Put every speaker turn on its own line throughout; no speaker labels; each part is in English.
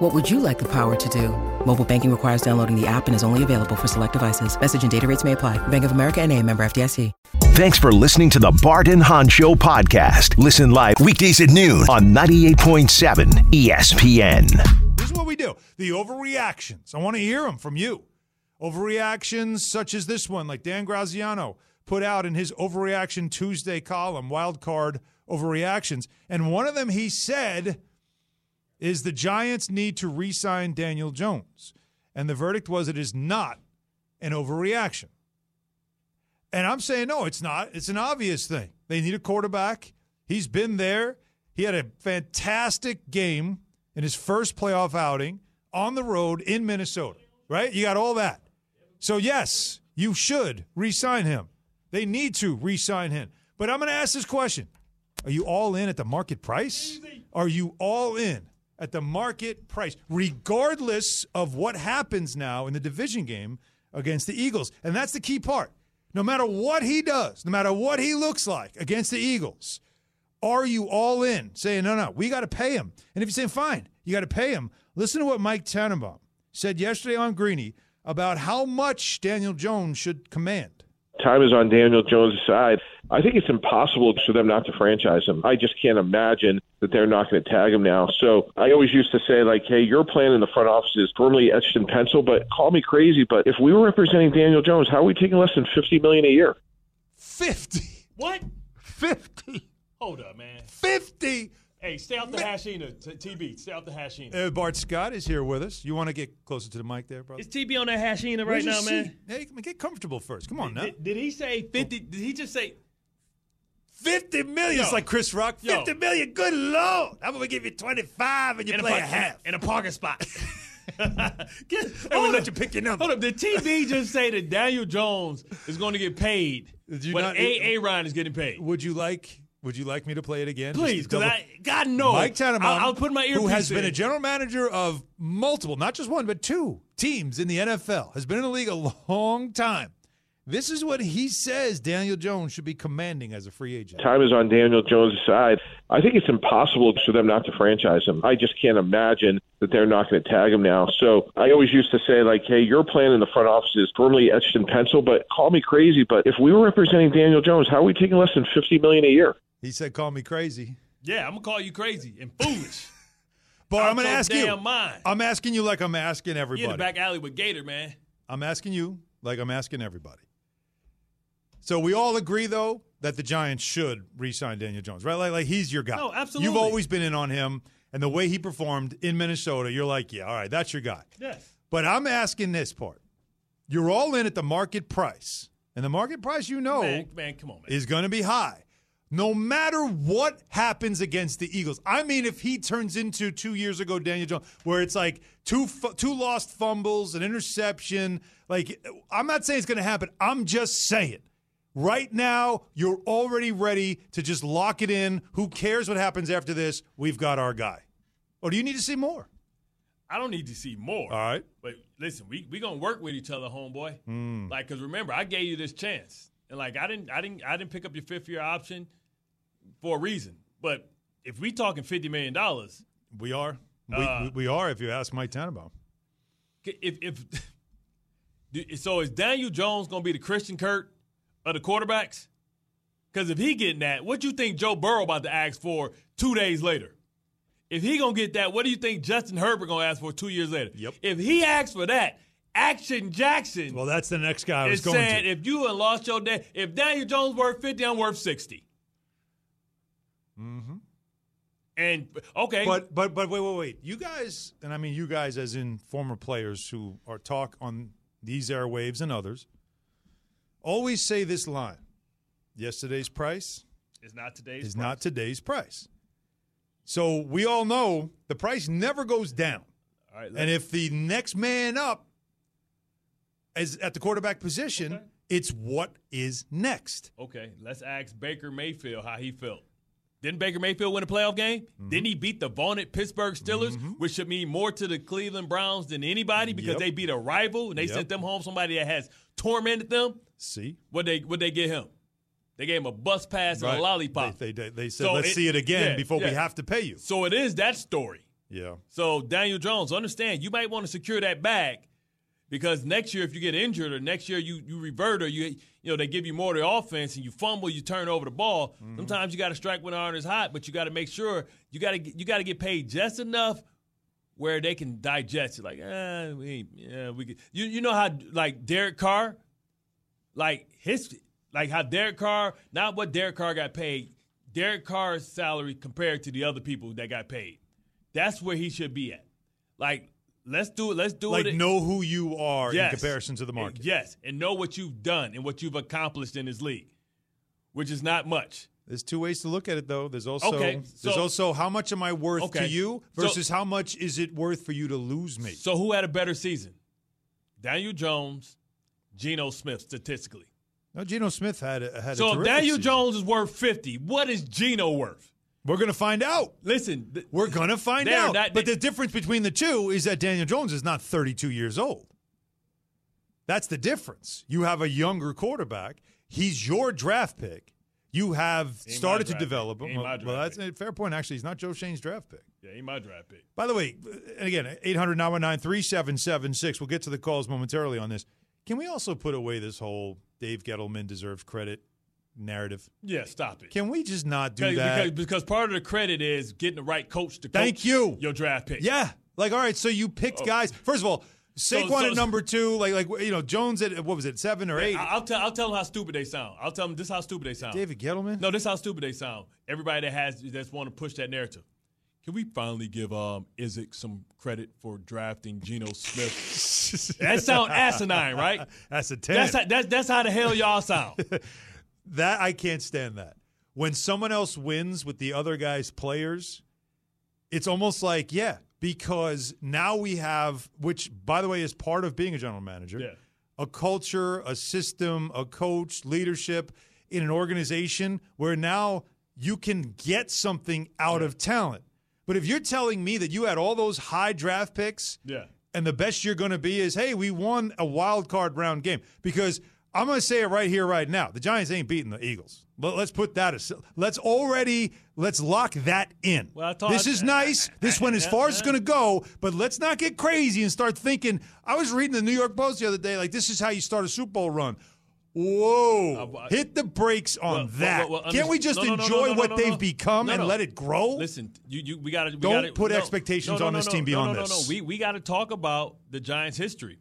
What would you like the power to do? Mobile banking requires downloading the app and is only available for select devices. Message and data rates may apply. Bank of America and a member FDIC.
Thanks for listening to the Bart and Han Show podcast. Listen live weekdays at noon on 98.7 ESPN.
This is what we do. The overreactions. I want to hear them from you. Overreactions such as this one, like Dan Graziano put out in his Overreaction Tuesday column, wild card overreactions. And one of them he said is the Giants need to re sign Daniel Jones. And the verdict was it is not an overreaction. And I'm saying, no, it's not. It's an obvious thing. They need a quarterback. He's been there. He had a fantastic game in his first playoff outing on the road in Minnesota, right? You got all that. So, yes, you should re sign him. They need to re sign him. But I'm going to ask this question Are you all in at the market price? Are you all in at the market price, regardless of what happens now in the division game against the Eagles? And that's the key part. No matter what he does, no matter what he looks like against the Eagles, are you all in? Saying, no, no, we got to pay him. And if you're saying, fine, you got to pay him, listen to what Mike Tannenbaum said yesterday on Greeny about how much Daniel Jones should command.
time is on Daniel Jones' side. I think it's impossible for them not to franchise him. I just can't imagine that they're not going to tag him now. So I always used to say, like, hey, your plan in the front office is firmly etched in pencil, but call me crazy. But if we were representing Daniel Jones, how are we taking less than fifty million a year?
50.
What?
50.
Hold up, man.
50.
Hey, stay off the hashina, t- TB. Stay off the hashina.
Uh, Bart Scott is here with us. You want to get closer to the mic there, brother?
Is TB on that hashina
Where's
right
your
now, man?
seat? Hey, come- get comfortable first. Come on now.
Did, did he say fifty? Did he just say?
50 million.
Yo.
It's like Chris Rock.
Yo.
50 million. Good lord. I'm going to give you 25 and you
in
play a
pocket-
half.
in a parking spot. Get,
And we
hold
let
up.
you pick your number.
Hold up. Did TB just say that Daniel Jones is going to get paid?
Did you
when
not-
A. A. Ryan is getting paid.
Would you like Would you like me to play it again? Just
Please,
to
because
double-
I God no.
Mike Tannenbaum,
I'll, I'll put my earpiece.
who has been
in.
a general manager of multiple, not just one, but two teams in the NFL, has been in the league a long time. This is what he says Daniel Jones should be commanding as a free agent.
Time is on Daniel Jones' side. I think it's impossible for them not to franchise him. I just can't imagine that they're not going to tag him now. So I always used to say, like, hey, your plan in the front office is firmly etched in pencil, but call me crazy. But if we were representing Daniel Jones, how are we taking less than fifty million a year?
He said, "Call me crazy,"
Yeah, I'm gonna call you crazy and foolish.
but
Out
I'm going to
your
ask you.
damn mind.
I'm asking you like I'm asking everybody.
You in the back alley with Gator, man.
I'm asking you like I'm asking everybody. So we all agree, though, that the Giants should re-sign Daniel Jones, right? Like, like he's your guy.
No, absolutely.
You've always been in on him, and the way he performed in Minnesota, you're like, yeah, all right, that's your guy.
Yes.
But I'm asking this part: you're all in at the market price, and the market price, you know,
Man, man, come on, man.
is going to be high. No matter what happens against the Eagles, I mean, if he turns into two years ago Daniel Jones, where it's like two fu- two lost fumbles, an interception, like I'm not saying it's going to happen. I'm just saying, right now you're already ready to just lock it in. Who cares what happens after this? We've got our guy. Or do you need to see more?
I don't need to see more.
All right.
But listen, we we gonna work with each other, homeboy.
Hmm.
Like, cause remember, I gave you this chance, and like, I didn't, I didn't, I didn't pick up your fifth year option for a reason. But if we talking fifty million dollars,
We are. We,
Uh,
we we are. If you ask Mike Tannenbaum,
if if do- so, is Daniel Jones gonna be the Christian Kirk of the quarterbacks? Cause if he getting that, what you think Joe Burrow about to ask for two days later? If he gonna get that, what do you think Justin Herbert gonna ask for two years later?
Yep.
If he asks for that, Action Jackson.
well, that's the next guy I was
It's
going
saying
to.
if you had lost your day, if Daniel Jones worth fifty, I'm worth 60 Mm-hmm.
Mm-hmm.
And okay,
But but but wait wait wait. You guys, and I mean you guys, as in former players who are talk on these airwaves and others, always say this line: yesterday's price
it's not today's.
is
price.
not today's price. So we all know the price never goes down,
All right,
and if the next man up is at the quarterback position, It's what is next.
Okay, let's ask Baker Mayfield how he felt. Didn't Baker Mayfield win a playoff game?
Mm-hmm.
Didn't he beat the vaunted Pittsburgh Steelers, which should mean more to the Cleveland Browns than anybody because
Yep.
they beat a rival and they
Yep.
sent them home somebody that has tormented them?
See?
What they what they get him? They gave him a bus pass and
Right.
a lollipop.
They, they, they said,
So
let's
it-
see it again
yeah,
before we
yeah.
have to pay you.
so it is that story.
Yeah.
So Daniel Jones, understand you might want to secure that bag because next year if you get injured or next year you you revert or you you know they give you more of the offense and you fumble, you turn over the ball. Sometimes you got to strike when the iron is hot, but you got to make sure you got to you got to get paid just enough where they can digest it. Like, eh, we ain't- yeah, we could. you you know how like Derek Carr, like his like how Derek Carr, not what Derek Carr got paid. Derek Carr's salary compared to the other people that got paid. That's where he should be at. Like, let's do it. Let's do
Like,
it.
know who you are
Yes.
in comparison to the market.
Yes, and know what you've done and what you've accomplished in this league, which is not much.
There's two ways to look at it, though. There's also
Okay,
there's
so-
also how much am I worth to
Okay,
you
so-
versus how much is it worth for you to lose me?
So who had a better season? Daniel Jones, Geno Smith, statistically.
No, Geno Smith had a, had a
So if
terrific
Daniel
season.
Jones is worth 50, what is Geno worth?
We're gonna find out.
Listen, th-
We're gonna find
They're
out.
not-
but
they-
the difference between the two is that Daniel Jones is not 32 years old. That's the difference. You have a younger quarterback. He's your draft pick. You have
Ain't my
started to
draft pick.
develop him.
Ain't my
Well, well,
draft
that's a fair point. Actually, he's not Joe Shane's draft pick.
yeah, he my draft pick.
By the way, and again, 800 3776. We'll get to the calls momentarily on this. Can we also put away this whole Dave Gettleman deserves credit narrative?
Yeah, stop it.
Can we just not do
Because,
that?
because, because part of the credit is getting the right coach to coach
Thank you.
your draft pick.
yeah. Like, all right, so you picked guys. First of all, Saquon
Oh. so-
at number two, like, like you know, Jones at, what was it, seven or eight?
I- I'll tell I'll tell them how stupid they sound. I'll tell them this how stupid they sound.
David Gettleman?
No, this how stupid they sound. Everybody that has that's want to push that narrative. Can we finally give um Isaac some credit for drafting Geno Smith? that sound asinine, right?
That's a 10.
That's how, that's that's how the hell y'all sound.
That I can't stand that. When someone else wins with the other guy's players, it's almost like, yeah, because now we have, which by the way is part of being a general manager,
Yeah.
a culture, a system, a coach, leadership in an organization where now you can get something out of talent. But if you're telling me that you had all those high draft picks,
Yeah.
and the best you're going to be is, hey, we won a wild card round game. Because I'm going to say it right here, right now, the Giants ain't beating the Eagles. But let's put that. As, let's already let's lock that in.
Well, I thought-
this is nice. This went as far as it's going to go. But let's not get crazy and start thinking. I was reading the New York Post the other day. Like this is how you start a Super Bowl run. Whoa!
Uh, I-
Hit the brakes on
Well, well,
that.
well, well,
Can't we
understand-
just
no, no, no,
enjoy
no, no,
what
no,
they've
no.
become
No,
and
no.
let it grow?
Listen, you, you we got to
Don't put expectations on this team beyond
no, no,
this.
No, we we got to talk about the Giants' history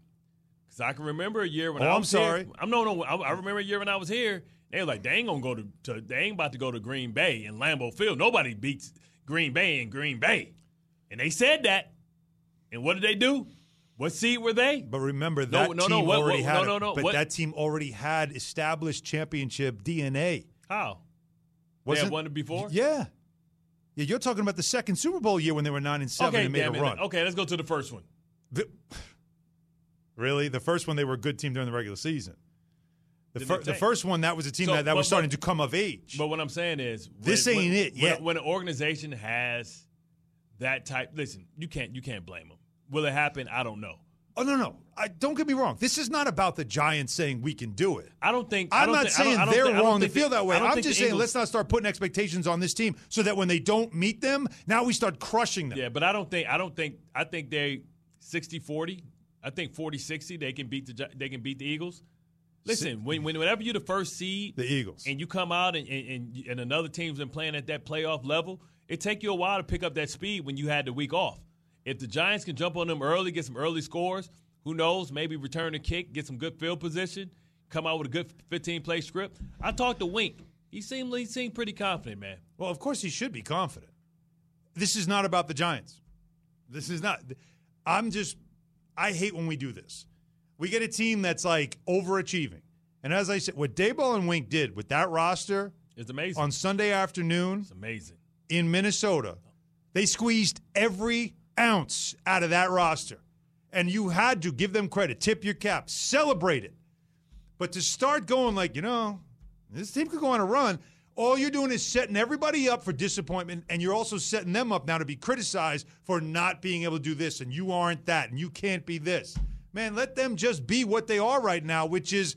because I can remember a year when
Oh,
I
I'm
was here-
sorry.
I'm no no. I, I remember a year when I was here. They were like, they ain't gonna go to, to they ain't about to go to Green Bay and Lambeau Field. Nobody beats Green Bay in Green Bay, and they said that. And what did they do? What seed were they?
But remember that
no,
team
no, what-
already
what-
had.
no, no, no,
But
what-
that team already had established championship DNA.
How?
Was
had
it
won it before?
Yeah. Yeah, you're talking about the second Super Bowl year when they were nine and seven
okay,
and made
damn
a
it.
run.
Okay, let's go to the first one.
The- really, the first one they were a good team during the regular season. The,
Did
fir-
they
the
tank?
first one that was a team
So,
that, that was
but-
starting
but-
to come of age.
But what I'm saying is, when-
This ain't
when,
it
when-
yet.
When, an organization has that type, listen, you can't you can't blame them. Will it happen? I don't know.
oh no, no, I, don't get me wrong. This is not about the Giants saying we can do it.
I don't think. I
I'm
don't
not
think- I don't-
saying
I don't
they're
think- I don't
wrong to
think the-
feel that way.
I don't
I'm
think
just
the
saying
Eagles-
let's not start putting expectations on this team so that when they don't meet them, now we start crushing them.
Yeah, but I don't think. I don't think. I think they 60-40. I think 40-60, They can beat the. Gi- They can beat the Eagles. Listen, when, when whenever you're the first seed,
The Eagles.
and you come out and, and, and, and another team's been playing at that playoff level, it take you a while to pick up that speed when you had the week off. If the Giants can jump on them early, get some early scores, who knows, maybe return a kick, get some good field position, come out with a good 15 play script. I talked to Wink. He seemed he seemed pretty confident, man.
Well, of course he should be confident. This is not about the Giants. This is not. I'm just. I hate when we do this. We get a team that's like overachieving. And as I said, what Dayball and Wink did with that roster
It's amazing.
on Sunday afternoon
it's amazing.
in Minnesota, they squeezed every ounce out of that roster. And you had to give them credit, tip your cap, celebrate it. But to start going like, you know, this team could go on a run, all you're doing is setting everybody up for disappointment, and you're also setting them up now to be criticized for not being able to do this, and you aren't that, and you can't be this. Man, let them just be what they are right now, which is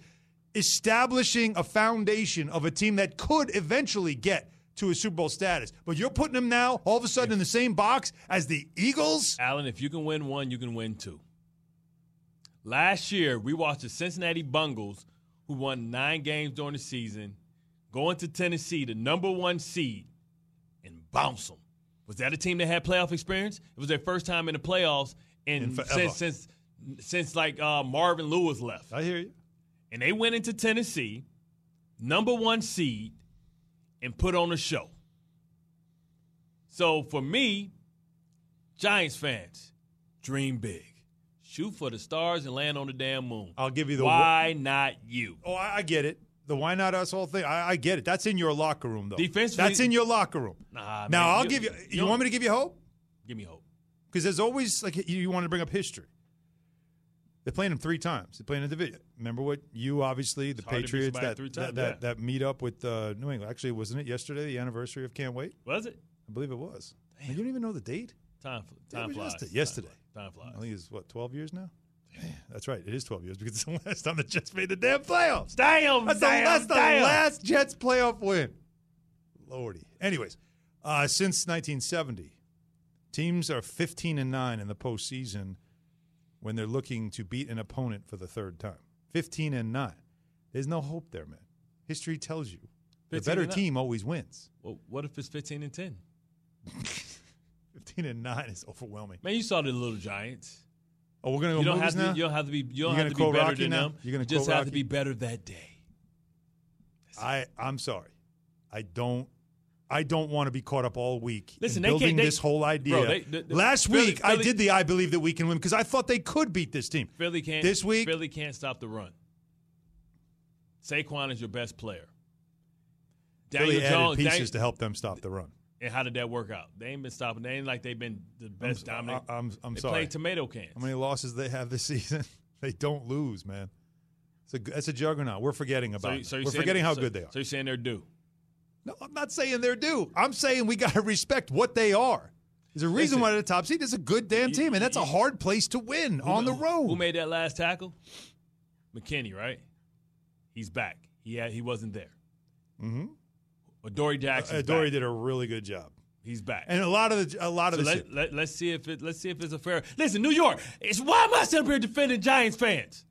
establishing a foundation of a team that could eventually get to a Super Bowl status. But you're putting them now all of a sudden in the same box as the Eagles?
Allen, if you can win one, you can win two. Last year, we watched the Cincinnati Bungles, who won nine games during the season, going to Tennessee, the number one seed, and bounce them. Was that a team that had playoff experience? It was their first time in the playoffs,
In
and
forever.
since since since like uh, Marvin Lewis left,
I hear you.
and they went into Tennessee, number one seed, and put on a show. So for me, Giants fans, dream big, shoot for the stars and land on the damn moon.
I'll give you the
Why not you?
Oh, I, I get it. The why not us whole thing. I, I get it. That's in your locker room, though.
Defensively-
that's in your locker room.
Nah,
now
man,
I'll
you-
give you.
you
You
don't-
want me to give you hope?
Give me hope.
Because there's always like you, you want to bring up history. They're playing them three times. They're playing in the division. Remember what you obviously the
hard to beat
Patriots
somebody
that
three
that,
times,
that,
yeah.
that meet up with uh, New England. Actually, wasn't it yesterday the anniversary of Can't Wait?
Was it
I believe it was. And you don't even know the date.
time? fl- Time
was
flies.
yesterday- yesterday.
Time flies.
I think it's what twelve years now. That's right. It is twelve years because it's the last time the Jets made the damn playoffs.
Damn,
That's,
damn,
the, that's the
damn.
last Jets playoff win. Lordy. Anyways, uh, since 1970, teams are 15 and 9 in the postseason when they're looking to beat an opponent for the third time. 15 and 9. There's no hope there, man. History tells you the
15
better
and nine.
team always wins.
Well, what if it's fifteen and ten?
15 and 9 is overwhelming.
Man, you saw the little Giants.
Oh, we're going to go
You don't
movies
have to.
now?
You don't have to be. You
You
don't
gonna
have to
quote
be better
Rocky
than
now?
them.
You gonna
You just
quote
have to
Rocky?
be better that day.
I, I'm sorry. I don't. I don't want to be caught up all week
Listen,
in
they can't-
building
they-
this whole idea.
Bro, they- they- they-
Last
Philly-
week, I
Philly-
did the I believe that we can win because I thought they could beat this team.
Philly can't
This week-
Philly can't stop the run. Saquon is your best player. Daniel
Philly added
Jones
pieces
Daniel-
to help them stop the run.
and how did that work out? They ain't been stopping. They ain't like they've been the best
I'm-
dominant.
I- I'm- I'm
they
sorry.
Played tomato cans.
How many losses they have this season? they don't lose, man. It's a, that's a juggernaut. We're forgetting
so,
about.
you- so
them.
you're
We're
saying-
forgetting how
so-
good they are.
So you're saying they're due.
no, I'm not saying they're due. I'm saying we got to respect what they are. There's a reason
Listen.
why they're the top seed. It's a good damn
You-
team, and that's a
you-
hard place to win on the
Who-
road.
Who made that last tackle? McKinney, right? He's back. He had, he wasn't there. Mm-hmm. Dory Jackson.
uh, Dory did a really good job.
He's back.
And a lot of the a lot of
So
the
let, let, let's see if it let's see if it's a fair. Listen, New York. It's why am I sitting up here defending Giants fans?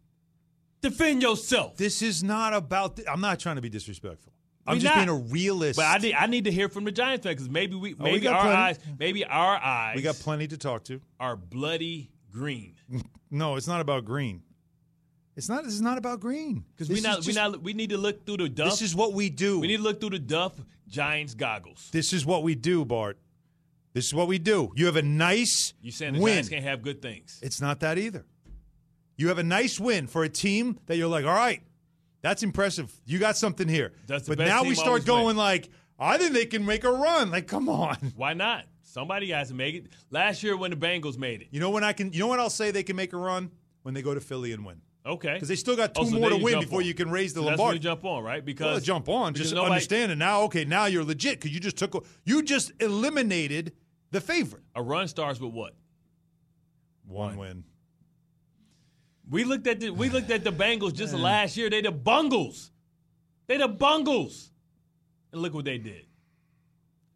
Defend yourself.
this is not about. th- I'm not trying to be disrespectful. I'm
We
just
not.
being a realist.
But I need I need to hear from the Giants fans because maybe we
Oh, we
maybe
got
our
plenty.
eyes maybe our eyes
we got plenty to talk to.
are bloody green
No, it's not about green. It's not. This is not about green.
because
This
we
is
not we
just-
not we need to look through the duff.
This is what we do.
we need to look through the duff Giants goggles.
this is what we do, Bart. This is what we do. You have a nice
You saying the
win.
Giants can't have good things?
It's not that either. You have a nice win for a team that you're like, all right, that's impressive. You got something here.
That's the
but
best
now we
team
start
always win.
going like, I think they can make a run. Like, come on.
Why not? Somebody has to make it. Last year when the Bengals made it,
You know when I can. You know when I'll say they can make a run when they go to Philly and win
okay,
because they still got two
Oh, so
more
then
to
you
win
jump
before
on.
you can raise the
So that's when
Lombardi.
you jump on, right? Because
Well, jump on,
because
just
nobody-
understand it now. Okay, now you're legit because you just took. a- You just eliminated the favorite.
A run starts with what?
One win.
We looked at the we looked at the Bengals just last year. They the Bungles. They the Bungles. And look what they did.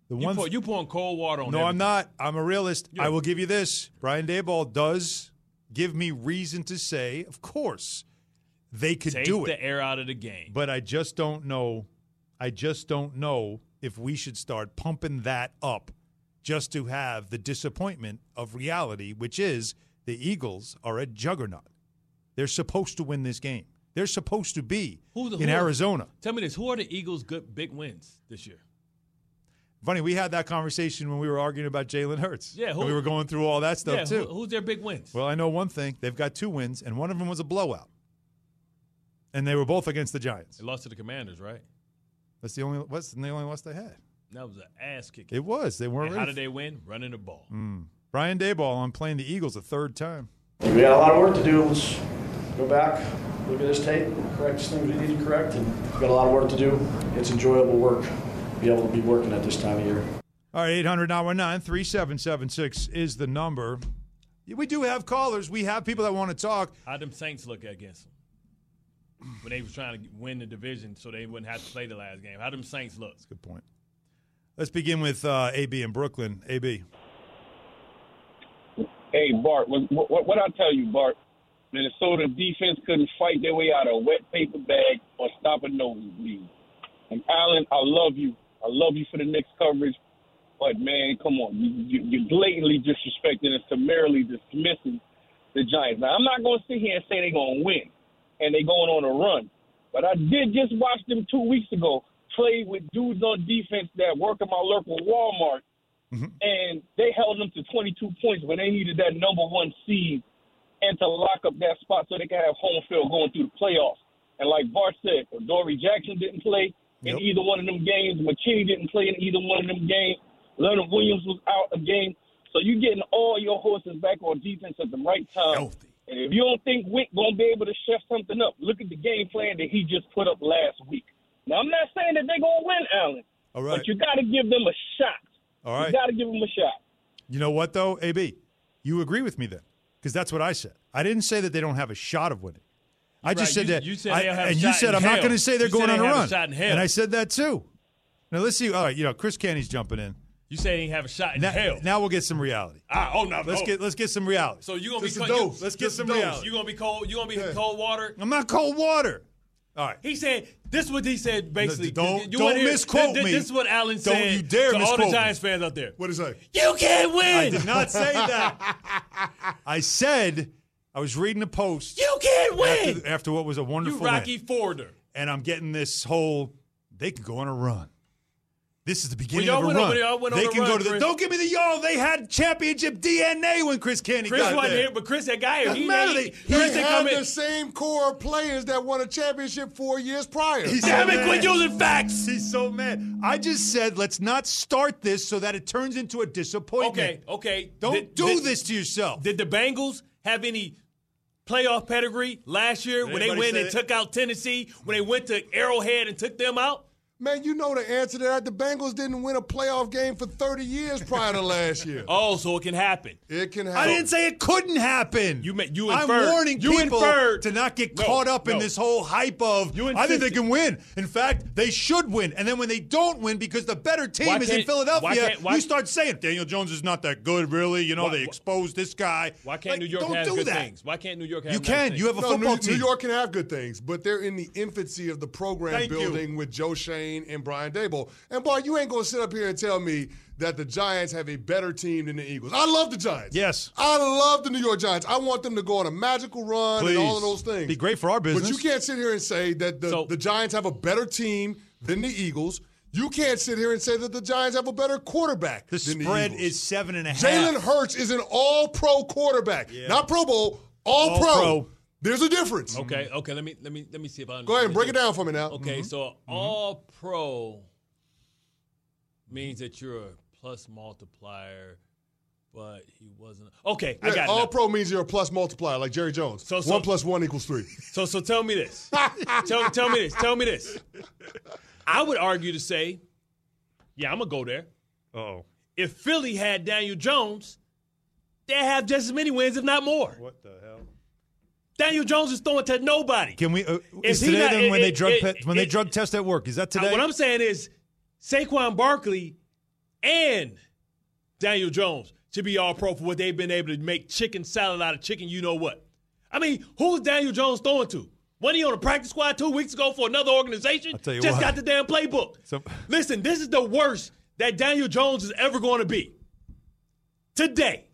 The
You,
one.
pour, you pouring cold water on
no, I'm
everything.
not. I'm a realist.
Yeah.
I will give you this. Brian Dayball does give me reason to say, of course, they could
Take
do it.
the air out of the game.
But I just don't know. I just don't know if we should start pumping that up just to have the disappointment of reality, which is the Eagles are a juggernaut. They're supposed to win this game. They're supposed to be
Who the-
in
who-
Arizona.
Tell me this: Who are the Eagles' good big wins this year?
Funny, we had that conversation when we were arguing about Jalen Hurts.
Yeah, who-
And we were going through all that stuff
yeah,
too.
who- who's their big wins?
well, I know one thing. They've got two wins, and one of them was a blowout. And they were both against the Giants.
they lost to the Commanders, right?
That's the only that's the only loss they had.
That was an ass kicking.
It was. They weren't
And
ready.
how
for
did they win? Running the ball.
Mm. Brian Dayball on playing the Eagles a third time.
We had a lot of work to do. Let's go back, look at his tape, correct things we need to correct, and we've got a lot of work to do. It's enjoyable work, to be able to be working at this time of year.
All right, 800 919 3776 is the number. We do have callers. We have people that want to talk.
How them Saints look against them when they was trying to win the division so they wouldn't have to play the last game? How them Saints look?
Good point. Let's begin with uh, AB in Brooklyn. AB.
Hey Bart, what, what, what I tell you, Bart? Minnesota defense couldn't fight their way out of a wet paper bag or stop a nosebleed. And Allen, I love you. I love you for the next coverage, but man, come on, you, you, you're blatantly disrespecting and summarily dismissing the Giants. Now I'm not going to sit here and say they're going to win and they're going on a run, but I did just watch them two weeks ago play with dudes on defense that work at my local Walmart and they held them to 22 points when they needed that number one seed and to lock up that spot so they could have home field going through the playoffs. And like Bart said, if Dory Jackson didn't play in
Yep.
either one of them games. McKinney didn't play in either one of them games. Leonard Williams was out a game. So you're getting all your horses back on defense at the right time.
Healthy.
And if you don't think Wick gonna be able to chef something up, look at the game plan that he just put up last week. Now I'm not saying that they're gonna win, Allen.
All right.
But you got to give them a shot.
All right.
You got to give them a shot.
You know what, though, AB? You agree with me then, because that's what I said. I didn't say that they don't have a shot of winning. I just
Right,
said
you-
that.
you said
I,
they'll have a
and you
shot
said
in
I'm not
hell.
going to say they're
You said
going
they
on a
have a
run.
shot in hell.
And I said that too. Now let's see. All right, you know, Chris Candy's jumping in.
You say they ain't have a shot in
Now,
hell.
now we'll get some reality.
Ah, oh no,
Let's
no.
get let's get some reality.
So you gonna
This
be
is
cold? you-
dope. Let's get
this is
some
dope.
reality.
You gonna be cold? You gonna be in cold water?
I'm not cold water. All right.
He said this. is What he said basically.
Don't-
You
don't
wanna hear-
misquote
this,
me.
This is what Allen
Don't
said.
you dare
to all
misquote me.
the Giants fans out there.
What is that?
You can't
I
win.
did not say that. I said I was reading a post
You can't win.
after, after what was a
you
wonderful win.
Rocky Forder.
and I'm getting this whole they could go on a run. This is the beginning
y'all
of a
went
run.
over there, y'all went on
they
a
can
run,
go to the.
Chris.
Don't give me the y'all. They had championship DNA when Chris Candy
Chris
got
wasn't
there.
here, but Chris that guy.
Doesn't
He,
matter.
he,
They, he
Chris that
had
come
the
in.
same core of players that won a championship four years prior.
He's
Damn
so
it!
mad.
Quit using facts.
He's so mad. I just said let's not start this so that it turns into a disappointment.
Okay, okay.
Don't
Did-
do
did-
this to yourself.
Did the Bengals have any playoff pedigree last year when they
Everybody
went
said
and
it.
took out Tennessee? When they went to Arrowhead and took them out?
Man, you know the answer to that. The Bengals didn't win a playoff game for 30 years prior to last year.
Oh, so it can happen.
It can happen.
I didn't say it couldn't happen.
You meant- you
I'm
inferred-
warning
you
people
inferred-
to not get
No,
caught up in
no.
this whole hype of
You
I think they
insisted.
can win. In fact, they should win. And then when they don't win because the better team
Why
is in
can't-
Philadelphia,
why can't- why-
you start saying Daniel Jones is not that good, really. You know,
Why-
they
why-
exposed this guy.
Why can't
Like,
New York
don't
have
do
good
that.
things? Why can't New York have
You
nice
can.
things?
You have a
No,
football
New,
team.
New York can have good things, but they're in the infancy of the program
Thank you.
building with Joe Shane and Brian Dable. And boy, you ain't gonna sit up here and tell me that the Giants have a better team than the Eagles. I love the Giants.
Yes.
I love the New York Giants. I want them to go on a magical run
Please.
and all of those things.
Be great for our business.
But you can't sit here and say that the,
So-
the Giants have a better team than the Eagles. You can't sit here and say that the Giants have a better quarterback.
The
than
spread
Eagles.
is seven and a half.
Jalen Hurts is an all pro quarterback. Not Pro Bowl, all,
All
pro.
pro.
There's a difference.
Mm-hmm. Okay, okay. Let me let me let me see if I
Go ahead and break it
understand.
down for me now. Mm-hmm.
Mm-hmm.
Okay, so all pro means that you're a plus multiplier, but he wasn't. Okay, I
Yeah,
got it.
all
now.
pro means you're a plus multiplier, like Jerry Jones.
So- so-
one plus one equals three.
So so tell me this. tell tell me this. Tell me this. I would argue to say, yeah, I'm gonna go there.
Oh,
If Philly had Daniel Jones, they'd have just as many wins, if not more.
what the hell?
Daniel Jones is throwing to nobody.
Can we? Uh, is
Is he
today
not-
then when
it-
they drug
it-
pe- when they
it-
drug test at work? Is that
Uh,
today?
What I'm saying is Saquon Barkley and Daniel Jones should be all pro for what they've been able to make chicken salad out of chicken, you know what. I mean, who's Daniel Jones throwing to? Wasn't he on a practice squad two weeks ago for another organization?
I'll tell you
Just
what.
got the damn playbook.
So-
Listen, this is the worst that Daniel Jones is ever going to be. Today,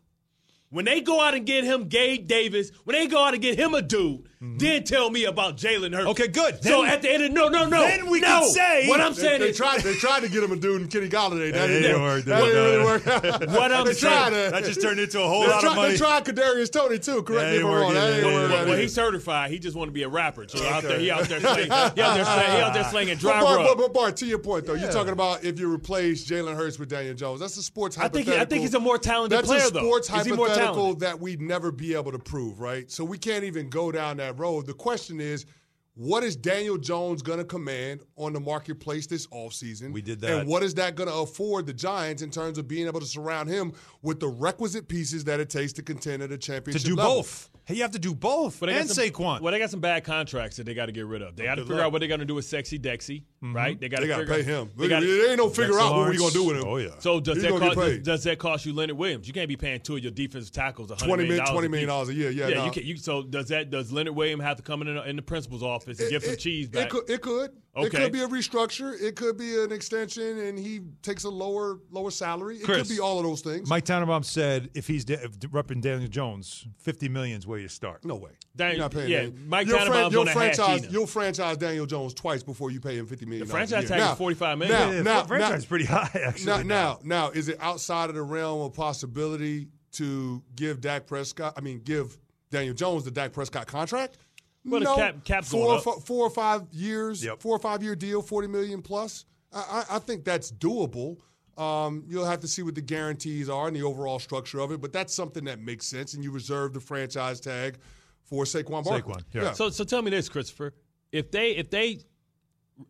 when they go out and get him Gabe Davis, when they go out and get him a dude, then tell me about Jalen Hurts.
Mm-hmm. Okay, good.
so
Then-
at the end of no, no, no.
then we can
no.
say-
what I'm
They-
saying
they,
is
tried. They tried to get him a dude in Kenny Galladay. That
It
didn't
didn't
work.
work,
That
did it?
didn't really
No.
work. out.
What I'm
they
saying-
tried to-
uh, that just turned into a whole
They
lot
tried-
of money.
They tried Kadarius Tony too. Correct
That
me if
didn't
I'm
work
wrong.
either.
That
Yeah,
didn't work.
yeah,
out
Well,
either.
he's certified. He just want to be a rapper. So out there, he out there slinging, he out there slinging, he out there slinging
But
dry
Bart,
rub.
but, but Bart, to your point though, you're talking about if you replace Jalen Hurts with Daniel Jones. That's a sports
I think
hypothetical.
he- I think he's a more talented
That's
player,
a
though.
sports
Is he more
hypothetical
talented?
that we'd never be able to prove, right? So we can't even go down that that road. The question is, what is Daniel Jones going to command on the marketplace this offseason?
We did that.
And what is that going to afford the Giants in terms of being able to surround him with the requisite pieces that it takes to contend at
to
a championship
do
level?
both. Hey, you have to do both.
But they got
and
some,
Saquon.
Well, they got some bad contracts that they got to get rid of. They got to
Good
figure
luck.
out what they're going to do with Sexy Dexy, right? They got to
Mm-hmm. They got to
figure
pay him.
They
They,
gotta-
ain't no figure
Dexter
out what we're going
Lawrence.
to do with him.
Oh, yeah.
So does
He's
that,
gonna get
cost, does,
paid.
that cost you Leonard Williams? You can't be paying two of your defensive tackles $100
$20
million,
million, $20 million
apiece.
dollars a year. Yeah,
yeah.
nah.
You can, you, so does that does Leonard Williams have to come in in, in the principal's office and get some cheese
it
back?
could. It could. It
Okay.
could be a restructure. It could be an extension, and he takes a lower lower salary. It
Chris.
could be all of those things.
Mike Tannenbaum said if he's de- if repping Daniel Jones, 50 million's where you start.
no way.
Dang,
You're not paying.
yeah,
Daniel.
Mike
You'll
Tannenbaum's
you'll
on a half
franchise.
Tina.
You'll franchise Daniel Jones twice before you pay him fifty million.
The
dollars a
franchise
year.
tag is
Now-
$45 million.
now-
Yeah,
Yeah,
now-
the franchise
now-
is pretty high, actually.
Now, now, now, is it outside of the realm of possibility to give Dak Prescott? I mean, give Daniel Jones the Dak Prescott contract?
Well, the cap- cap's
four,
going
or
up.
fi- four or five years,
Yep.
four or five year deal, forty million plus. I, I, I think that's doable. Um, you'll have to see what the guarantees are and the overall structure of it, but that's something that makes sense, and you reserve the franchise tag for Saquon Barkley.
Saquon, yeah.
So so tell me this, Christopher. If they if they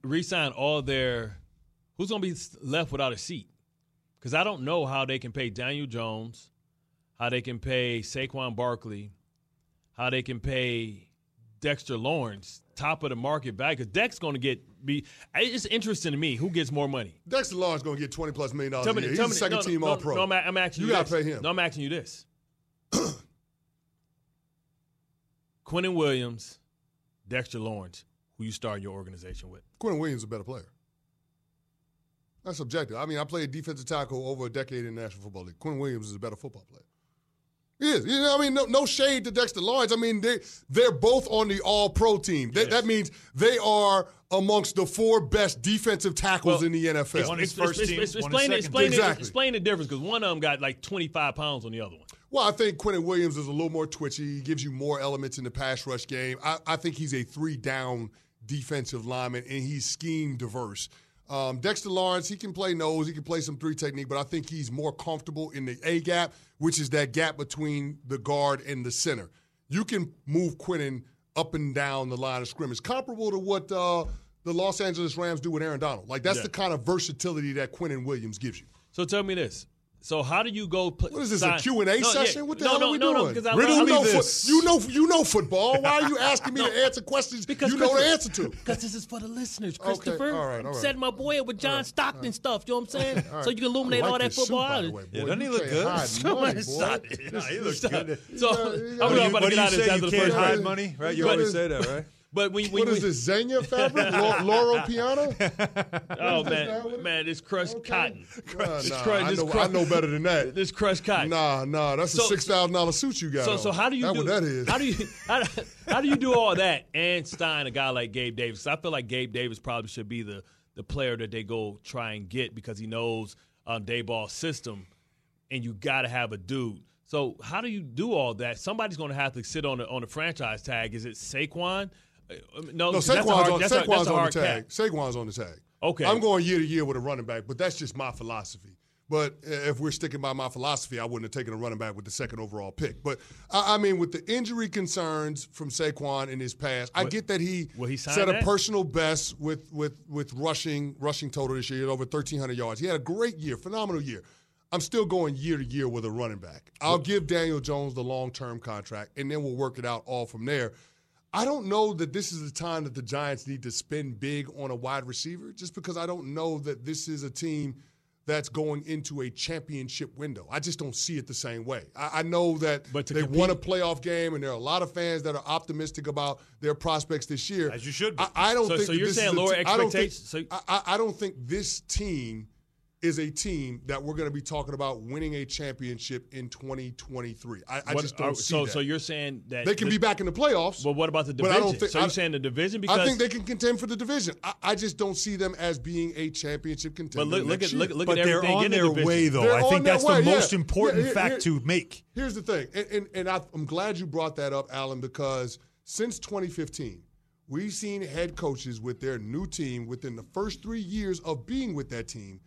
resign all their who's gonna be left without a seat? Because I don't know how they can pay Daniel Jones, how they can pay Saquon Barkley, how they can pay Dexter Lawrence, top of the market value. Because Dex gonna get be it's interesting to me who gets more money.
Dexter Lawrence going to get twenty plus million dollars a
Tell me,
year.
tell
Oh, He's
me-
a second
no, no,
team
no,
All Pro.
No, I'm, I'm asking you.
You gotta
this.
pay him.
No, I'm asking you this. Quentin Williams, Dexter Lawrence, who you start your organization with.
Quentin Williams is a better player. That's objective. I mean, I played defensive tackle over a decade in the National Football League. Quentin Williams is a better football player. He is. You know, I mean, no, no shade to Dexter Lawrence. I mean, they they're both on the All Pro team. That That means they are amongst the four best defensive tackles
Well,
in the NFL.
One is first team, one is
explain,
second
explain,
team.
the-
Exactly.
explain the difference because one of them got like 25 pounds on the other one.
Well, I think Quentin Williams is a little more twitchy. He gives you more elements in the pass rush game. I, I think he's a three down defensive lineman, and he's scheme diverse. Um, Dexter Lawrence, he can play nose, he can play some three technique, but I think he's more comfortable in the A gap, which is that gap between the guard and the center. You can move Quentin up and down the line of scrimmage, comparable to what uh, the Los Angeles Rams do with Aaron Donald. Like that's
Yeah.
the kind of versatility that Quentin Williams gives you.
So tell me this. So how do you go? Put,
What is this, a Q&A session? What the
no,
hell
no,
are we
no, No,
doing?
because I
Riddle
love,
me
I
you
love
know,
this.
fo- you know, you know football. Why are you asking me to answer questions you know the answer to?
Because this is for the listeners,
Okay,
Christopher.
all right, all
I'm
right.
setting my boy up with John Stockton stuff. You know what I'm saying? So you can illuminate
I like
all that
your suit,
football.
by the
knowledge.
way, boy.
Yeah, doesn't he
You
look
can't
good?
hide money, boy. Uh,
Nah, he looks good.
So
you
I'm
gotta-
not
You-
about
What
to
do
get
you
out of this
say?
after
You
the
can't
first
hide
round.
money, right? You
But-
always say that, right?
But when, when,
What is
when-
this, Xenia fabric? Lau- Laurel piano?
Oh
this now? What is-
man, man, it's crushed cotton.
Nah,
It's
nah,
crushed-
I,
it's
know, I
crushed-
know better than that.
This crushed cotton.
Nah, nah, that's
So-
a six thousand dollar suit you got.
So, so
on.
how do you
That's
do
what that is?
How do you how, how do you do all that and sign a guy like Gabe Davis? I feel like Gabe Davis probably should be the the player that they go try and get because he knows um, Dayball's system, and you got to have a dude. So how do you do all that? Somebody's going to have to sit on the on the franchise tag. Is it Saquon? Uh, No,
no,
that's a
Saquon's
hard-
on,
that's a- that's
Saquon's
a
on the
hard cap.
tag. Saquon's on the tag.
Okay.
I'm going year to year with a running back, but that's just my philosophy. But uh, if we're sticking by my philosophy, I wouldn't have taken a running back with the second overall pick. But I, I mean, with the injury concerns from Saquon in his past, I get that he,
will he sign
set a
that?
personal best with with with rushing rushing total this year, He had over 1,300 yards. He had a great year, phenomenal year. I'm still going year to year with a running back. I'll give Daniel Jones the long term contract, and then we'll work it out all from there. I don't know that this is the time that the Giants need to spend big on a wide receiver just because I don't know that this is a team that's going into a championship window. I just don't see it the same way. I, I know that
But to
they
compete-
won a playoff game, and there are a lot of fans that are optimistic about their prospects this year.
As you should be.
I, I don't
So-
think
so
that
you're
this
saying
is a
lower
te- I don't think-
expectations. So-
I, I- I don't think this team is a team that we're going to be talking about winning a championship in 2023. I, I
What-
just don't
are-
see
so
that.
so you're saying that
they can
the-
be back in the playoffs.
But what about the
But
division?
I don't think-
so you're
I-
saying the division because
I think they can contend for the division. I, I just don't see them as being a championship contender.
But look look
next
at look,
year.
look
But
at
they're
everything
on
in the
their
division.
way, though.
They're
I
on
think
their
that's
way,
the
yeah.
most important
Yeah, here-
fact
here-
to make.
Here's the thing, and, and, and I, I'm glad you brought that up, Alan, because since 2015, we've seen head coaches with their new team within the first three years of being with that team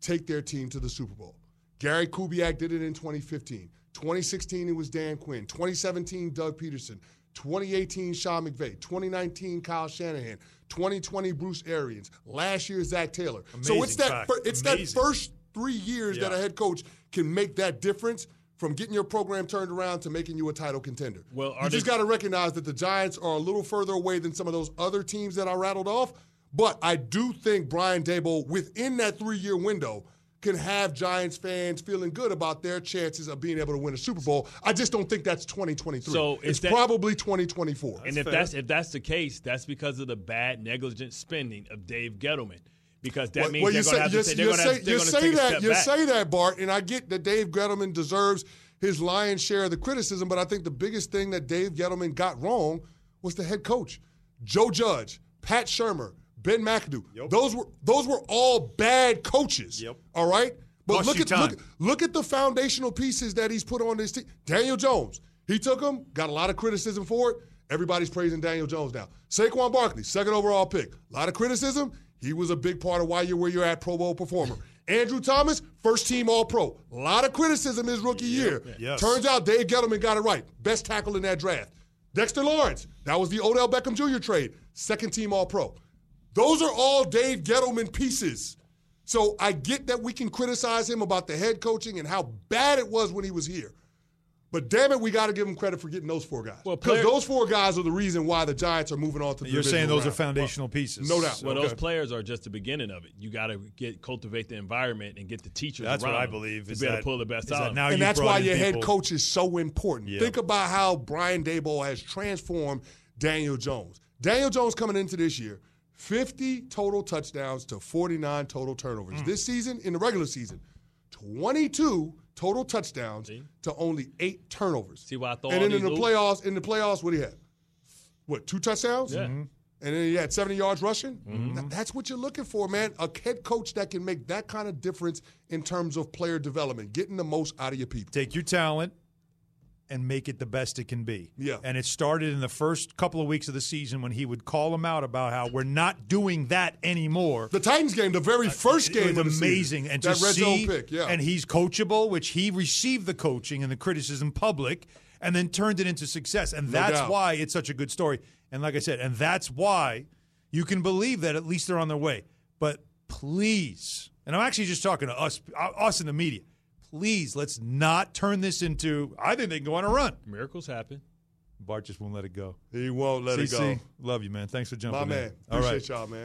take their team to the Super Bowl. Gary Kubiak did it in 2015. 2016, it was Dan Quinn. 2017, Doug Peterson. 2018 Sean McVay, 2019 Kyle Shanahan, 2020 Bruce Arians, last year Zach Taylor. so it's
Amazing
that
fact.
fir- it's
Amazing.
that first three years that
Yeah.
a head coach can make that difference from getting your program turned around to making you a title contender.
Well, are
you just
they-
got to recognize that the Giants are a little further away than some of those other teams that I rattled off. But I do think Brian Dable, within that three-year window, can have Giants fans feeling good about their chances of being able to win a Super Bowl. I just don't think that's 2023.
So is
it's
that-
probably 2024.
and if that's if that's the case, that's because of the bad, negligent spending of Dave Gettleman. Because that means they're going
you
to
say-
have
you
to
say-
take- they're
you
gonna have
say-
to- they're
you
gonna
say
take a
that
step
you
back.
say that Bart, and I get that Dave Gettleman deserves his lion's share of the criticism, but I think the biggest thing that Dave Gettleman got wrong was the head coach, Joe Judge, Pat Shermer, Ben McAdoo. Those were those were all bad coaches.
Yep.
All right, but
Mushy
look at
time.
look, look at the foundational pieces that he's put on this team. Daniel Jones, he took him, got a lot of criticism for it. Everybody's praising Daniel Jones now. Saquon Barkley, second overall pick, a lot of criticism. He was a big part of why you're where you're at, Pro Bowl performer. Andrew Thomas, first team All Pro, a lot of criticism his rookie year.
Yes.
Turns out Dave Gettleman got it right, best tackle in that draft. Dexter Lawrence, that was the Odell Beckham Jr. trade, second team All Pro. Those are all Dave Gettleman pieces. So I get that we can criticize him about the head coaching and how bad it was when he was here. But damn it, we got to give him credit for getting those four guys.
Well,
Because
player-
those four guys are the reason why the Giants are moving on to the
You're saying
divisional
those are
round.
foundational pieces.
no doubt.
Well,
Okay.
those players are just the beginning of it. You got to get cultivate the environment and get the teachers.
That's
around
what I
them
believe.
to
Is
be able
that-
to pull the best
is that
out. of
now
them.
you
and that's
brought
why
in
your head
people-
coach is so important.
Yeah.
Think about how Brian Dayball has transformed Daniel Jones. Daniel Jones coming into this year, 50 total touchdowns to 49 total
Mm.
turnovers. This season, in the regular season, 22 total touchdowns to only eight turnovers.
See why I throw
And
all
then in the
these
playoffs, in the playoffs, what do you have? What, two touchdowns?
Yeah.
Mm-hmm.
And then he had 70 yards rushing. Th- That's what you're looking for, man. A head coach that can make that kind of difference in terms of player development, getting the most out of your people.
Take your talent and make it the best it can be.
Yeah.
And it started in the first couple of weeks of the season when he would call them out about how we're not doing that anymore. Uh,
The Titans game, the very first game,
it
of the
was
season.
amazing, and
that
to
red
see,
zone pick, yeah,
and he's coachable, which he received the coaching and the criticism public, and then turned it into success, and that's
doubt.
why it's such a good story. And like I said, and that's why you can believe that at least they're on their way. But please, and I'm actually just talking to us, uh, us in the media. Please, let's not turn this into. I think they can go on a run.
Miracles happen.
Bart just won't let it go.
he won't let
CC, love you, man. Thanks for jumping
My
in.
man,
All
appreciate
right.
y'all, man.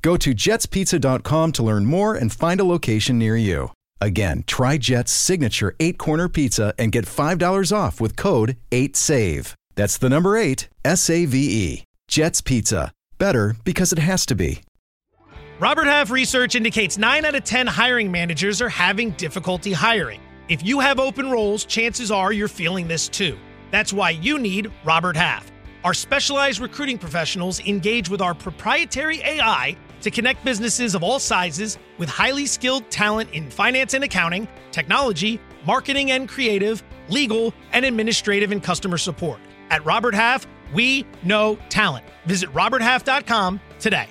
Go to jetspizza.com to learn more and find a location near you. Again, try Jet's signature eight corner pizza and get $5 off with code 8SAVE. That's the number eight, S A V E. Jet's Pizza. Better because it has to be.
Robert Half research indicates 9 out of 10 hiring managers are having difficulty hiring. If you have open roles, chances are you're feeling this too. That's why you need Robert Half. Our specialized recruiting professionals engage with our proprietary AI to connect businesses of all sizes with highly skilled talent in finance and accounting, technology, marketing and creative, legal, and administrative and customer support. At Robert Half, we know talent. Visit roberthalf.com today.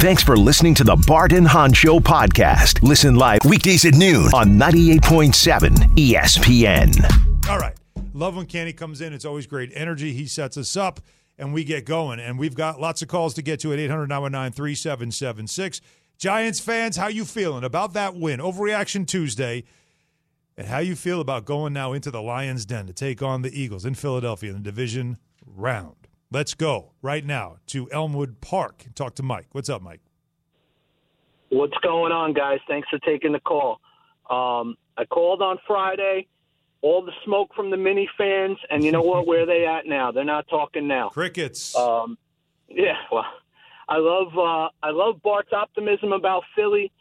Thanks for listening to the Bart and Han Show podcast. Listen live weekdays at noon on 98.7 ESPN.
All right. Love when Candy comes in. It's always great energy. He sets us up and we get going. And we've got lots of calls to get to at 800 919 3776. Giants fans, how you feeling about that win? Overreaction Tuesday. And how you feel about going now into the Lions' den to take on the Eagles in Philadelphia in the division round. Let's go right now to Elmwood Park and talk to Mike. What's up, Mike?
What's going on, guys? Thanks for taking the call. Um, I called on Friday. All the smoke from the mini fans, and you know what? Where they at now? They're not talking now.
Crickets.
Um, yeah. Well, I love uh, I love Bart's optimism about Philly,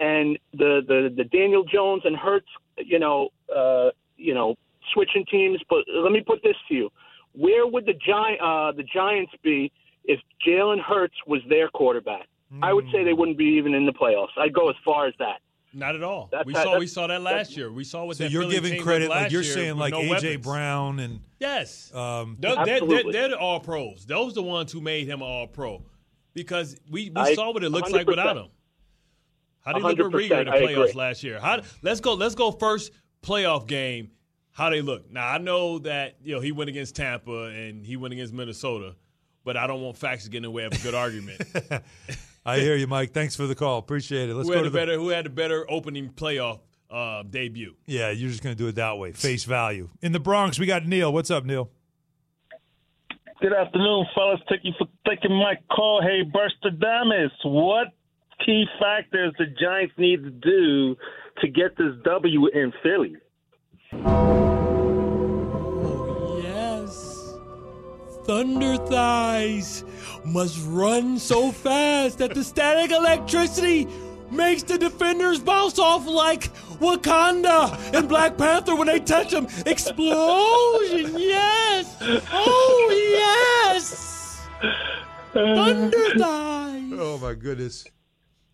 and the the, the Daniel Jones and Hertz. You know, uh, you know, switching teams. But let me put this to you: Where would the Gi- uh, the Giants be if Jalen Hurts was their quarterback? I would say they wouldn't be even in the playoffs. I'd go as far as that.
Not at all.
That's
we
how-
saw Oh, we
that's-
saw that
that's-
last year. We saw what
So
that
you're
Philly
giving
team
credit,
was
like
last
you're
year
saying,
with
like
no
AJ
weapons.
Brown and
Yes.
um,
They're, they're, they're,
Absolutely.
they're the all pros. Those the ones who made him all pro because we, we
I-
saw what it looks like without
100%.
him. How did he look with
100%,
Rieger in the
I
playoffs
agree.
last year? How, let's go. Let's go first playoff game. How they look now? I know that you know he went against Tampa and he went against Minnesota, but I don't want facts to get in the way of a good argument.
I hear you, Mike. Thanks for the call. Appreciate it. Let's
who
go
had
to
a
the.
better? Who had a better opening playoff uh, debut?
Yeah, you're just going to do it that way, face value. In the Bronx, we got Neil. What's up, Neil?
Good afternoon, fellas. Thank you for taking my call. Hey, Burstadamus, what key factors the Giants need to do to get this W in Philly?
Yes. Thunder thighs must run so fast that the static electricity makes the defenders bounce off like Wakanda and Black Panther when they touch them. Explosion, yes. Oh, yes. Thunder thighs.
Oh my goodness.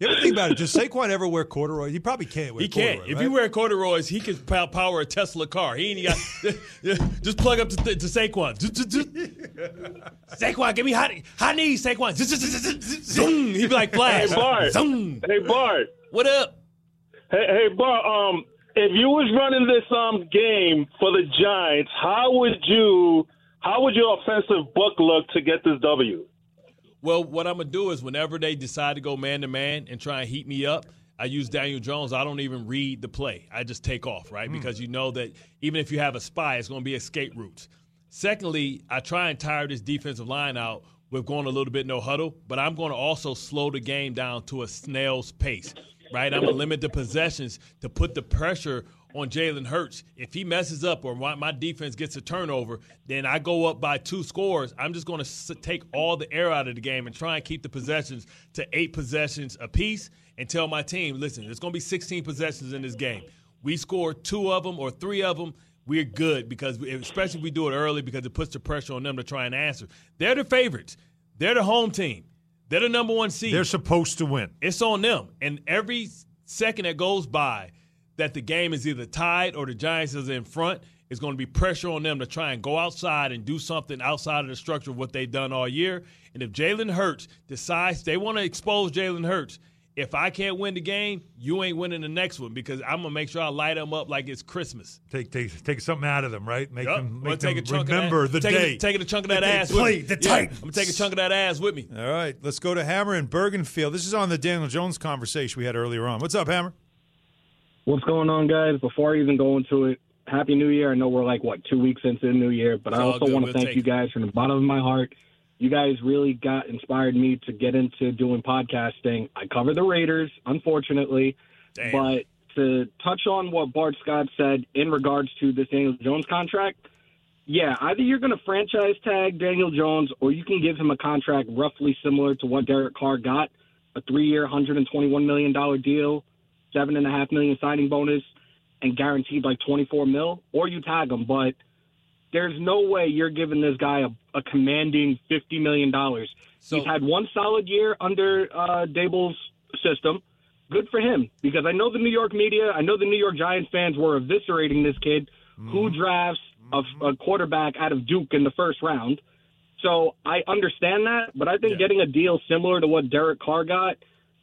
You ever think about it? Does Saquon ever wear corduroy? He probably can't wear
He
corduroy.
can't. if you
right?
wear corduroys, he can pow- power a Tesla car. He ain't even got. just plug up to, to Saquon. Zzz, zzz, zzz. Saquon, give me hot, hot knees, Saquon. Zzz, zzz, zzz, zzz, zzz, Zoom. He'd be like Flash.
Hey, Bart.
Zoom.
Hey, Bart.
What up?
Hey, hey, Bart. Um, if you was running this um game for the Giants, how would you how would your offensive book look to get this W?
Well, what I'm gonna do is whenever they decide to go man to man and try and heat me up, I use Daniel Jones. I don't even read the play. I just take off, right? Because you know that even if you have a spy, it's gonna be escape routes. Secondly, I try and tire this defensive line out with going a little bit no huddle, but I'm gonna also slow the game down to a snail's pace, right? I'm gonna limit the possessions to put the pressure on Jalen Hurts. If he messes up or my, my defense gets a turnover, then I go up by two scores. I'm just going to take all the air out of the game and try and keep the possessions to eight possessions apiece and tell my team, listen, there's going to be 16 possessions in this game. We score two of them or three of them. We're good because, we, especially if we do it early, because it puts the pressure on them to try and answer. They're the favorites. They're the home team. They're the number one seed.
They're supposed to win.
It's on them. And every second that goes by that the game is either tied or the Giants is in front, it's going to be pressure on them to try and go outside and do something outside of the structure of what they've done all year. And if Jalen Hurts decides they want to expose Jalen Hurts, if I can't win the game, you ain't winning the next one because I'm going to make sure I light them up like it's Christmas.
Take, take take something out of them, right? Make
Yup.
them,
I'm gonna
make
take a
them
chunk
remember
of that,
the
taking,
day.
Taking a chunk of that
they
ass
played
with me.
the
Yeah,
Titans.
I'm going to take a chunk of that ass with me.
All right, let's go to Hammer in Bergenfield. This is on the Daniel Jones conversation we had earlier on. What's up, Hammer?
What's going on, guys? Before I even go into it, Happy New Year. I know we're like, what, two weeks into the new year, but
It's
I
all
also
good.
want
We'll
to thank
take
you
it.
guys from the bottom of my heart. You guys really got inspired me to get into doing podcasting. I cover the Raiders, unfortunately,
Damn.
but to touch on what Bart Scott said in regards to this Daniel Jones contract, yeah, either you're going to franchise tag Daniel Jones or you can give him a contract roughly similar to what Derek Carr got a three year, $121 million deal, $7.5 million signing bonus, and guaranteed like 24 mil, or you tag him. But there's no way you're giving this guy a, a commanding $50 million.
So-
He's had one solid year under uh, Dable's system. Good for him because I know the New York media, I know the New York Giants fans were eviscerating this kid who
Mm-hmm.
drafts a, a quarterback out of Duke in the first round. So I understand that, but I think getting a deal similar to what Derek Carr got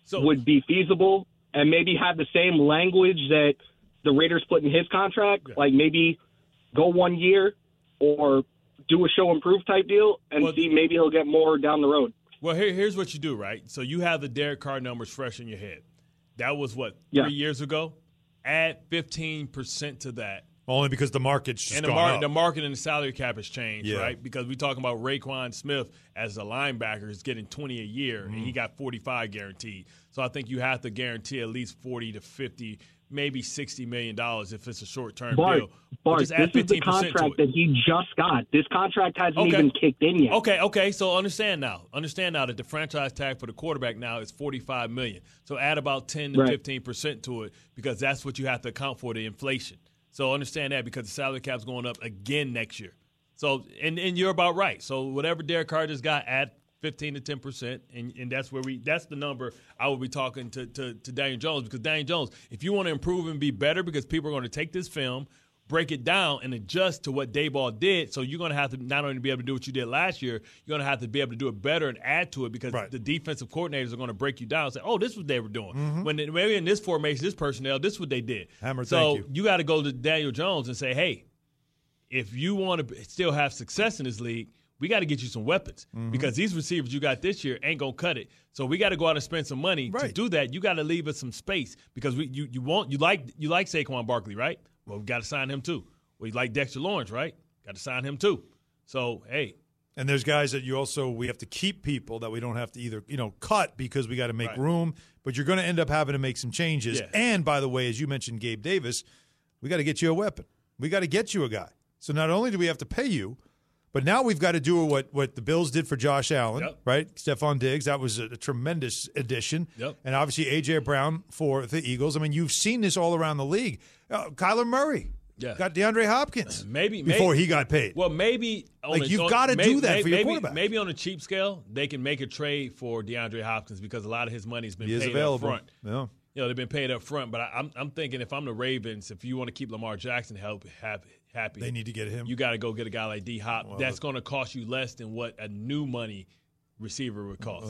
So-
would be feasible and maybe have the same language that the Raiders put in his contract, like maybe go one year or do a show and prove type deal and
Well-
see maybe he'll get more down the road.
Well, here, here's what you do, right? So you have the Derek Carr numbers fresh in your head. That was what three
Yeah.
years ago. Add fifteen percent to that
Only because the market's just
and the,
gone
mar-
up.
the market and the salary cap has changed,
Yeah.
right? Because we're talking about Raquan Smith as a linebacker is getting 20 a year, and he
Mhm.
got 45 guaranteed. So I think you have to guarantee at least 40 to 50, maybe 60 million dollars if it's a short term
Bart,
deal. But
Bart,
just
this
add
is the
15% to it.
contract that he just got. This contract hasn't
Okay.
even kicked in yet.
Okay, okay. So understand now. Understand now that the franchise tag for the quarterback now is forty five million. So add about ten to
Right.
fifteen percent to it because that's what you have to account for the inflation. So understand that because the salary cap's going up again next year. So and, and you're about right. So whatever Derek Carr just got, add fifteen to ten percent, and and that's where we that's the number I will be talking to to, to Daniel Jones because Daniel Jones, if you want to improve and be better, because people are going to take this film break it down and adjust to what Dayball did. So you're going to have to not only be able to do what you did last year, you're going to have to be able to do it better and add to it because the defensive coordinators are going to break you down and say, oh, this is what they were doing.
Mhm.
When they- maybe in this formation, this personnel, this is what they did.
Hammer,
so
thank you.
got to go to Daniel Jones and say, hey, if you want to still have success in this league, we got to get you some weapons
Mhm.
because these receivers you got this year ain't gonna cut it. So we got to go out and spend some money to do that. You got to leave us some space because we you you want you like you like Saquon Barkley, right? Well, we got to sign him too. We like Dexter Lawrence, right? Got to sign him too. So hey,
And there's guys that you also we have to keep people that we don't have to either you know cut because we got to make
Right.
room, but you're going to end up having to make some changes.
Yeah.
And by the way, as you mentioned, Gabe Davis, we got to get you a weapon. We got to get you a guy. So not only do we have to pay you, but now we've got to do what what the Bills did for Josh Allen, right? Stephon Diggs, that was a, a tremendous addition.
Yep.
And obviously AJ Brown for the Eagles. I mean, you've seen this all around the league. Uh, Kyler Murray,
Yeah.
got DeAndre Hopkins,
maybe
before
maybe-
he got paid.
Well, maybe on
Like,
a-
you've
on-
gotta
may-
do that
may-
for your
maybe-
quarterback.
Maybe on a cheap scale, they can make a trade for DeAndre Hopkins because a lot of his money's been
he is
paid
available.
up front.
Yeah.
you know they've been paid up front. But I, I'm I'm thinking if I'm the Ravens, if you want to keep Lamar Jackson help happy, happy,
They need to get him.
You got to go get a guy like D Hop.
Well,
That's
the-
going to cost you less than what a new money receiver would cost.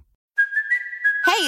Hey,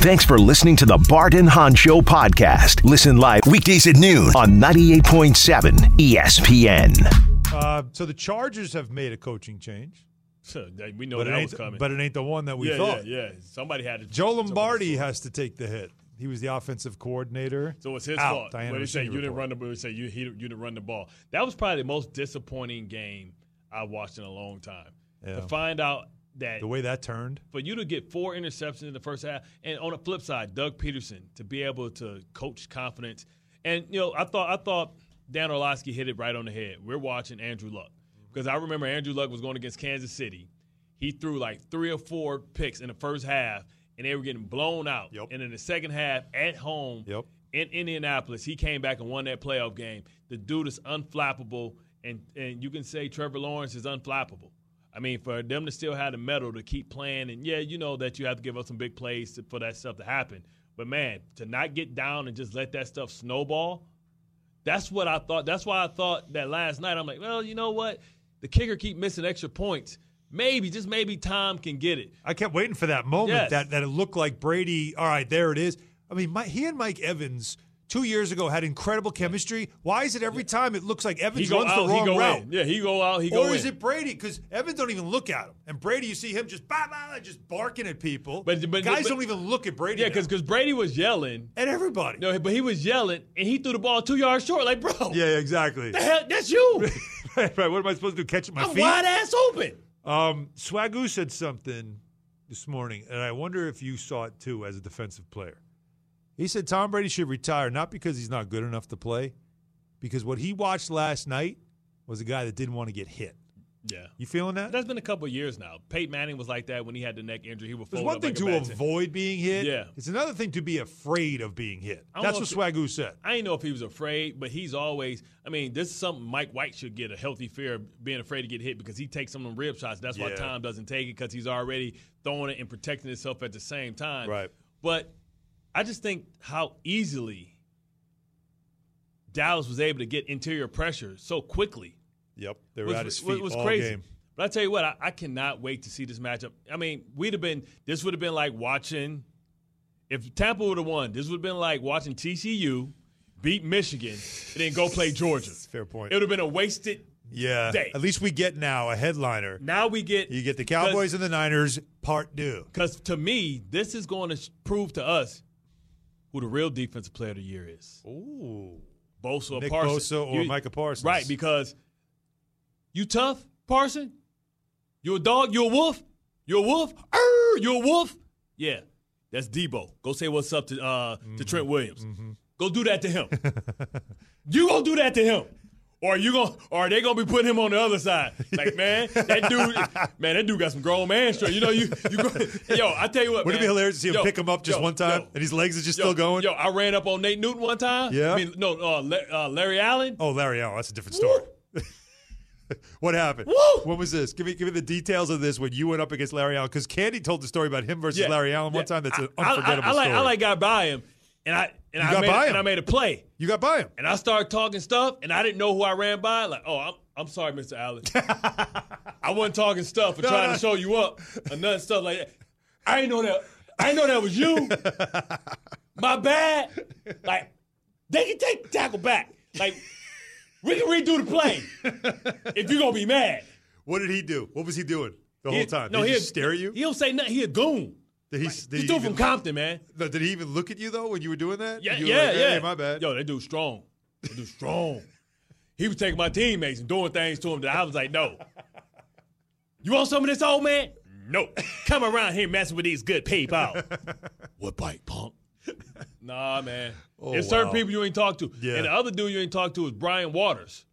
Thanks for listening to the Bart and Han Show podcast. Listen live weekdays at noon on 98.7 ESPN.
Uh, so the Chargers have made a coaching change.
So, they- we know
But it
that
ain't-
was coming.
but it ain't the one that we
yeah,
thought.
Yeah, yeah. somebody had to.
Joe Lombardi has to take the hit. He was the offensive coordinator.
So it's his
Out,
fault.
Diana
What they say, you
Rossini
didn't
report.
run the ball. say you he, you didn't run the ball. That was probably the most disappointing game I watched in a long time.
Yeah.
To find out that
The way that turned.
for you to get four interceptions in the first half, and on the flip side, Doug Peterson to be able to coach confidence, and you know, I thought I thought Dan Orlovsky hit it right on the head. We're watching Andrew Luck because I remember Andrew Luck was going against Kansas City. He threw like three or four picks in the first half, and they were getting blown out. And in the second half, at home in Indianapolis, he came back and won that playoff game. The dude is unflappable, and and you can say Trevor Lawrence is unflappable. I mean, for them to still have the medal to keep playing, and yeah, you know that you have to give up some big plays to, for that stuff to happen. But man, to not get down and just let that stuff snowball, that's what I thought. That's why I thought that last night. I'm like, well, you know what? The kicker keep missing extra points. Maybe, just maybe, Tom can get it.
I kept waiting for that moment
Yes.
that, that it looked like Brady. All right, there it is. I mean, my, he and Mike Evans two years ago had incredible chemistry. Why is it every time it looks like Evans
go
runs
out,
the
he
wrong
go
route?
in. Yeah, he go out, he
or
go
is
in.
it Brady? Because Evans don't even look at him, and Brady, you see him just bah, bah, bah, just barking at people. But, guys
but-
don't even look at Brady.
Yeah, because Brady was yelling
at everybody.
No, but he was yelling and he threw the ball two yards short. Like, bro,
yeah, exactly.
the hell, that's you.
right, right. What am I supposed to do? Catch it with my
I'm
feet?
wide ass open.
Um, Swagoo said something this morning, and I wonder if you saw it too as a defensive player. He said Tom Brady should retire not because he's not good enough to play, because what he watched last night was a guy that didn't want to get hit.
Yeah.
You feeling that?
That's been a couple of years now. Peyton Manning was like that when he had the neck injury. He would
There's
fold
one
up
thing
like a
to
bad tin.
avoid being hit.
Yeah.
It's another thing to be afraid of being hit.
I don't
That's
know
what
if-
Swagoo said.
I ain't know if he was afraid, but he's always. I mean, this is something Mike White should get a healthy fear of being afraid to get hit because he takes some of them rib shots. That's why
Yeah.
Tom doesn't take it because he's already throwing it and protecting himself at the same time.
Right.
But I just think how easily Dallas was able to get interior pressure so quickly.
Yep. They were
was,
at his
was-
feet
was
all
crazy.
game.
But I tell you what, I, I cannot wait to see this matchup. I mean, we'd have been this would have been like watching if Tampa would have won. This would have been like watching TCU beat Michigan and then go play Georgia.
Fair point.
It would have been a wasted
Yeah.
day.
At least we get now a headliner.
Now we get
you get the Cowboys and the Niners part two.
Because to me, this is going to prove to us who the real defensive player of the year is.
Ooh.
Bosa or
Nick
Parsons.
Bosa or Micah Parsons.
Right, because you tough, Parson. You a dog, you a wolf, you a wolf, er, you a wolf. Yeah, that's Debo. Go say what's up to uh,
Mm-hmm.
to Trent Williams. Go do that to him. you gonna do that to him. Or you gonna or they gonna be putting him on the other side. Like, man, that dude man, that dude got some grown man strength. You know, you, you go- yo, I tell you what.
Wouldn't it be
man.
hilarious to see him
Yo,
pick him up just
yo,
one time
yo,
and his legs are just
yo,
still going?
Yo, I ran up on Nate Newton one time.
Yeah.
I mean, no, uh, La- uh, Larry Allen.
Oh, Larry Allen. That's a different story. what happened? What was this? Give me give me the details of this when you went up against Larry Allen. Because Candy told the story about him versus
Yeah.
Larry Allen one
Yeah.
time. That's an
I- I-
unforgettable
I, like,
story.
I like got by him, and I and
You
I
got
made
by
a,
him.
and I made a play.
You got by him,
and I started talking stuff, and I didn't know who I ran by. Like, oh, I'm I'm sorry, Mr. Allen. I wasn't talking stuff or
No,
trying
no.
to show you up or nothing stuff like that. I didn't know that. I didn't know that was you. My bad. Like they can take the tackle back. Like we can redo the play if you're gonna be mad.
What did he do? What was he doing the whole
He-
time?
no,
did he
he'll-
just stare at you?
He don't say nothing. He a goon.
Did he, did
He's dude from Compton, man.
No, did he even look at you though when you were doing that?
Yeah,
You were
yeah,
like,
yeah.
"Hey, my bad.
Yo, that dude strong. That dude strong. he was taking my teammates and doing things to him that I was like, no. You want some of this, old man? No. Come around here messing with these good people. what bike, punk? Nah, man.
Oh,
There's certain
wow.
people you ain't talk to.
Yeah.
And the other dude you ain't talk to is Brian Waters.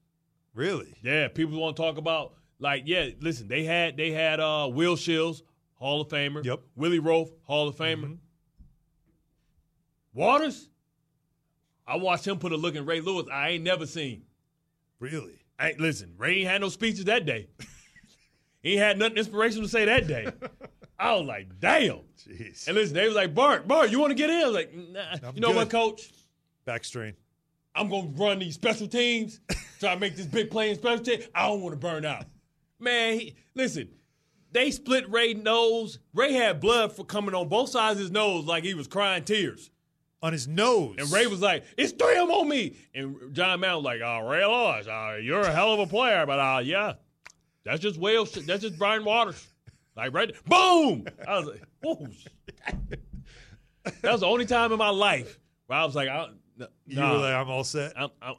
Really?
Yeah, people want to talk about like, yeah, listen, they had they had uh Will Shields, Hall of Famer. Yep. Willie Rofe, Hall of Famer.
Mm-hmm.
Waters? I watched him put a look in Ray Lewis I ain't never seen.
Really?
I, listen, Ray ain't had no speeches that day. he ain't had nothing inspirational to say that day. I was like, damn.
Jeez.
And listen, they was like, Bart, Bart, you want to get in? I was like, nah. you know what, coach?
Back strain.
I'm gonna run these special teams, try to make this big play in special team. I don't want to burn out. Man, he, listen, they split Ray nose. Ray had blood for coming on both sides of his nose, like he was crying tears
on his nose.
And Ray was like, "It's three of them on me." And John Mount was like, "Oh, Ray Lewis, uh, you're a hell of a player, but uh, yeah, that's just Will. That's just Brian Waters." Like right, there. boom! I was like, "Whoa!" That was the only time in my life where I was like, I, n-
You
nah.
were like, I'm all set.
I'm, I'm,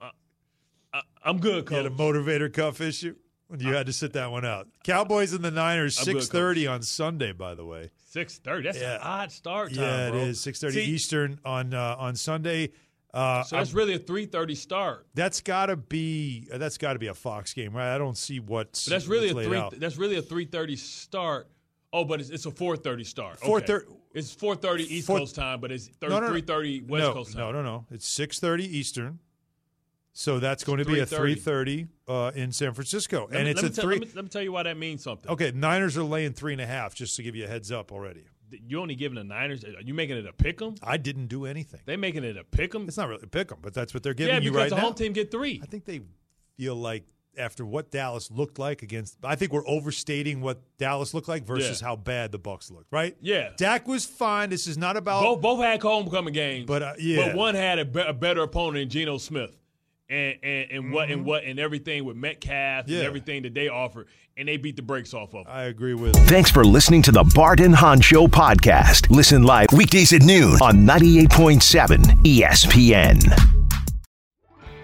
I, I'm good,
You had a motivator cuff issue. You had to sit that one out. Cowboys and the Niners,
I'm good, coach.
six thirty on Sunday. By the way,
Six thirty. That's
Yeah.
an odd start time.
yeah,
bro.
it is six thirty
See,
Eastern on uh, on Sunday. Uh,
So that's
I'm-
really a three thirty start.
that's gotta be uh, that's gotta be a Fox game, right? I don't see what's
But that's really
what's laid
a three.
out.
That's really a three thirty start. Oh, but it's, it's a four thirty start. Okay.
4:30
It's four thirty East
Four-
Coast time, but it's
No,
three
no,
thirty
no.
West
no,
Coast time.
No, no, no. It's six thirty Eastern. So that's going to be a three
3:30.
thirty uh, in San Francisco,
Let
and
me-
it's
let
a
me tell-
three.
Let me, let me tell you why that means something.
okay, Niners are laying three and a half. Just to give you a heads up already.
You only giving the Niners. Are you making it a pick 'em?
I didn't do anything.
They making it a pick 'em.
It's not really pick 'em, but that's what they're giving
Yeah,
you
because
right
the
now.
home team get three. I
think they feel like after what Dallas looked like against. I think we're overstating what Dallas looked like versus
Yeah.
how bad the Bucks looked. Right?
Yeah.
Dak was fine. This is not about
Both both had homecoming games,
But, uh, yeah.
but one had a, be- a better opponent in Geno Smith, and and, and what and what and everything with Metcalf
Mm-hmm. Yeah.
and everything that they offered, and they beat the brakes off of. Them.
I agree with.
Thanks for listening to the Barton Han Show podcast. Listen live weekdays at noon on 98.7 ESPN.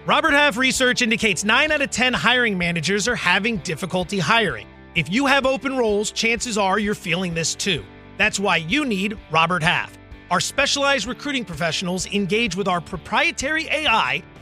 Robert Half research indicates 9 out of 10 hiring managers are having difficulty hiring. If you have open roles, chances are you're feeling this too. That's why you need Robert Half. Our specialized recruiting professionals engage with our proprietary AI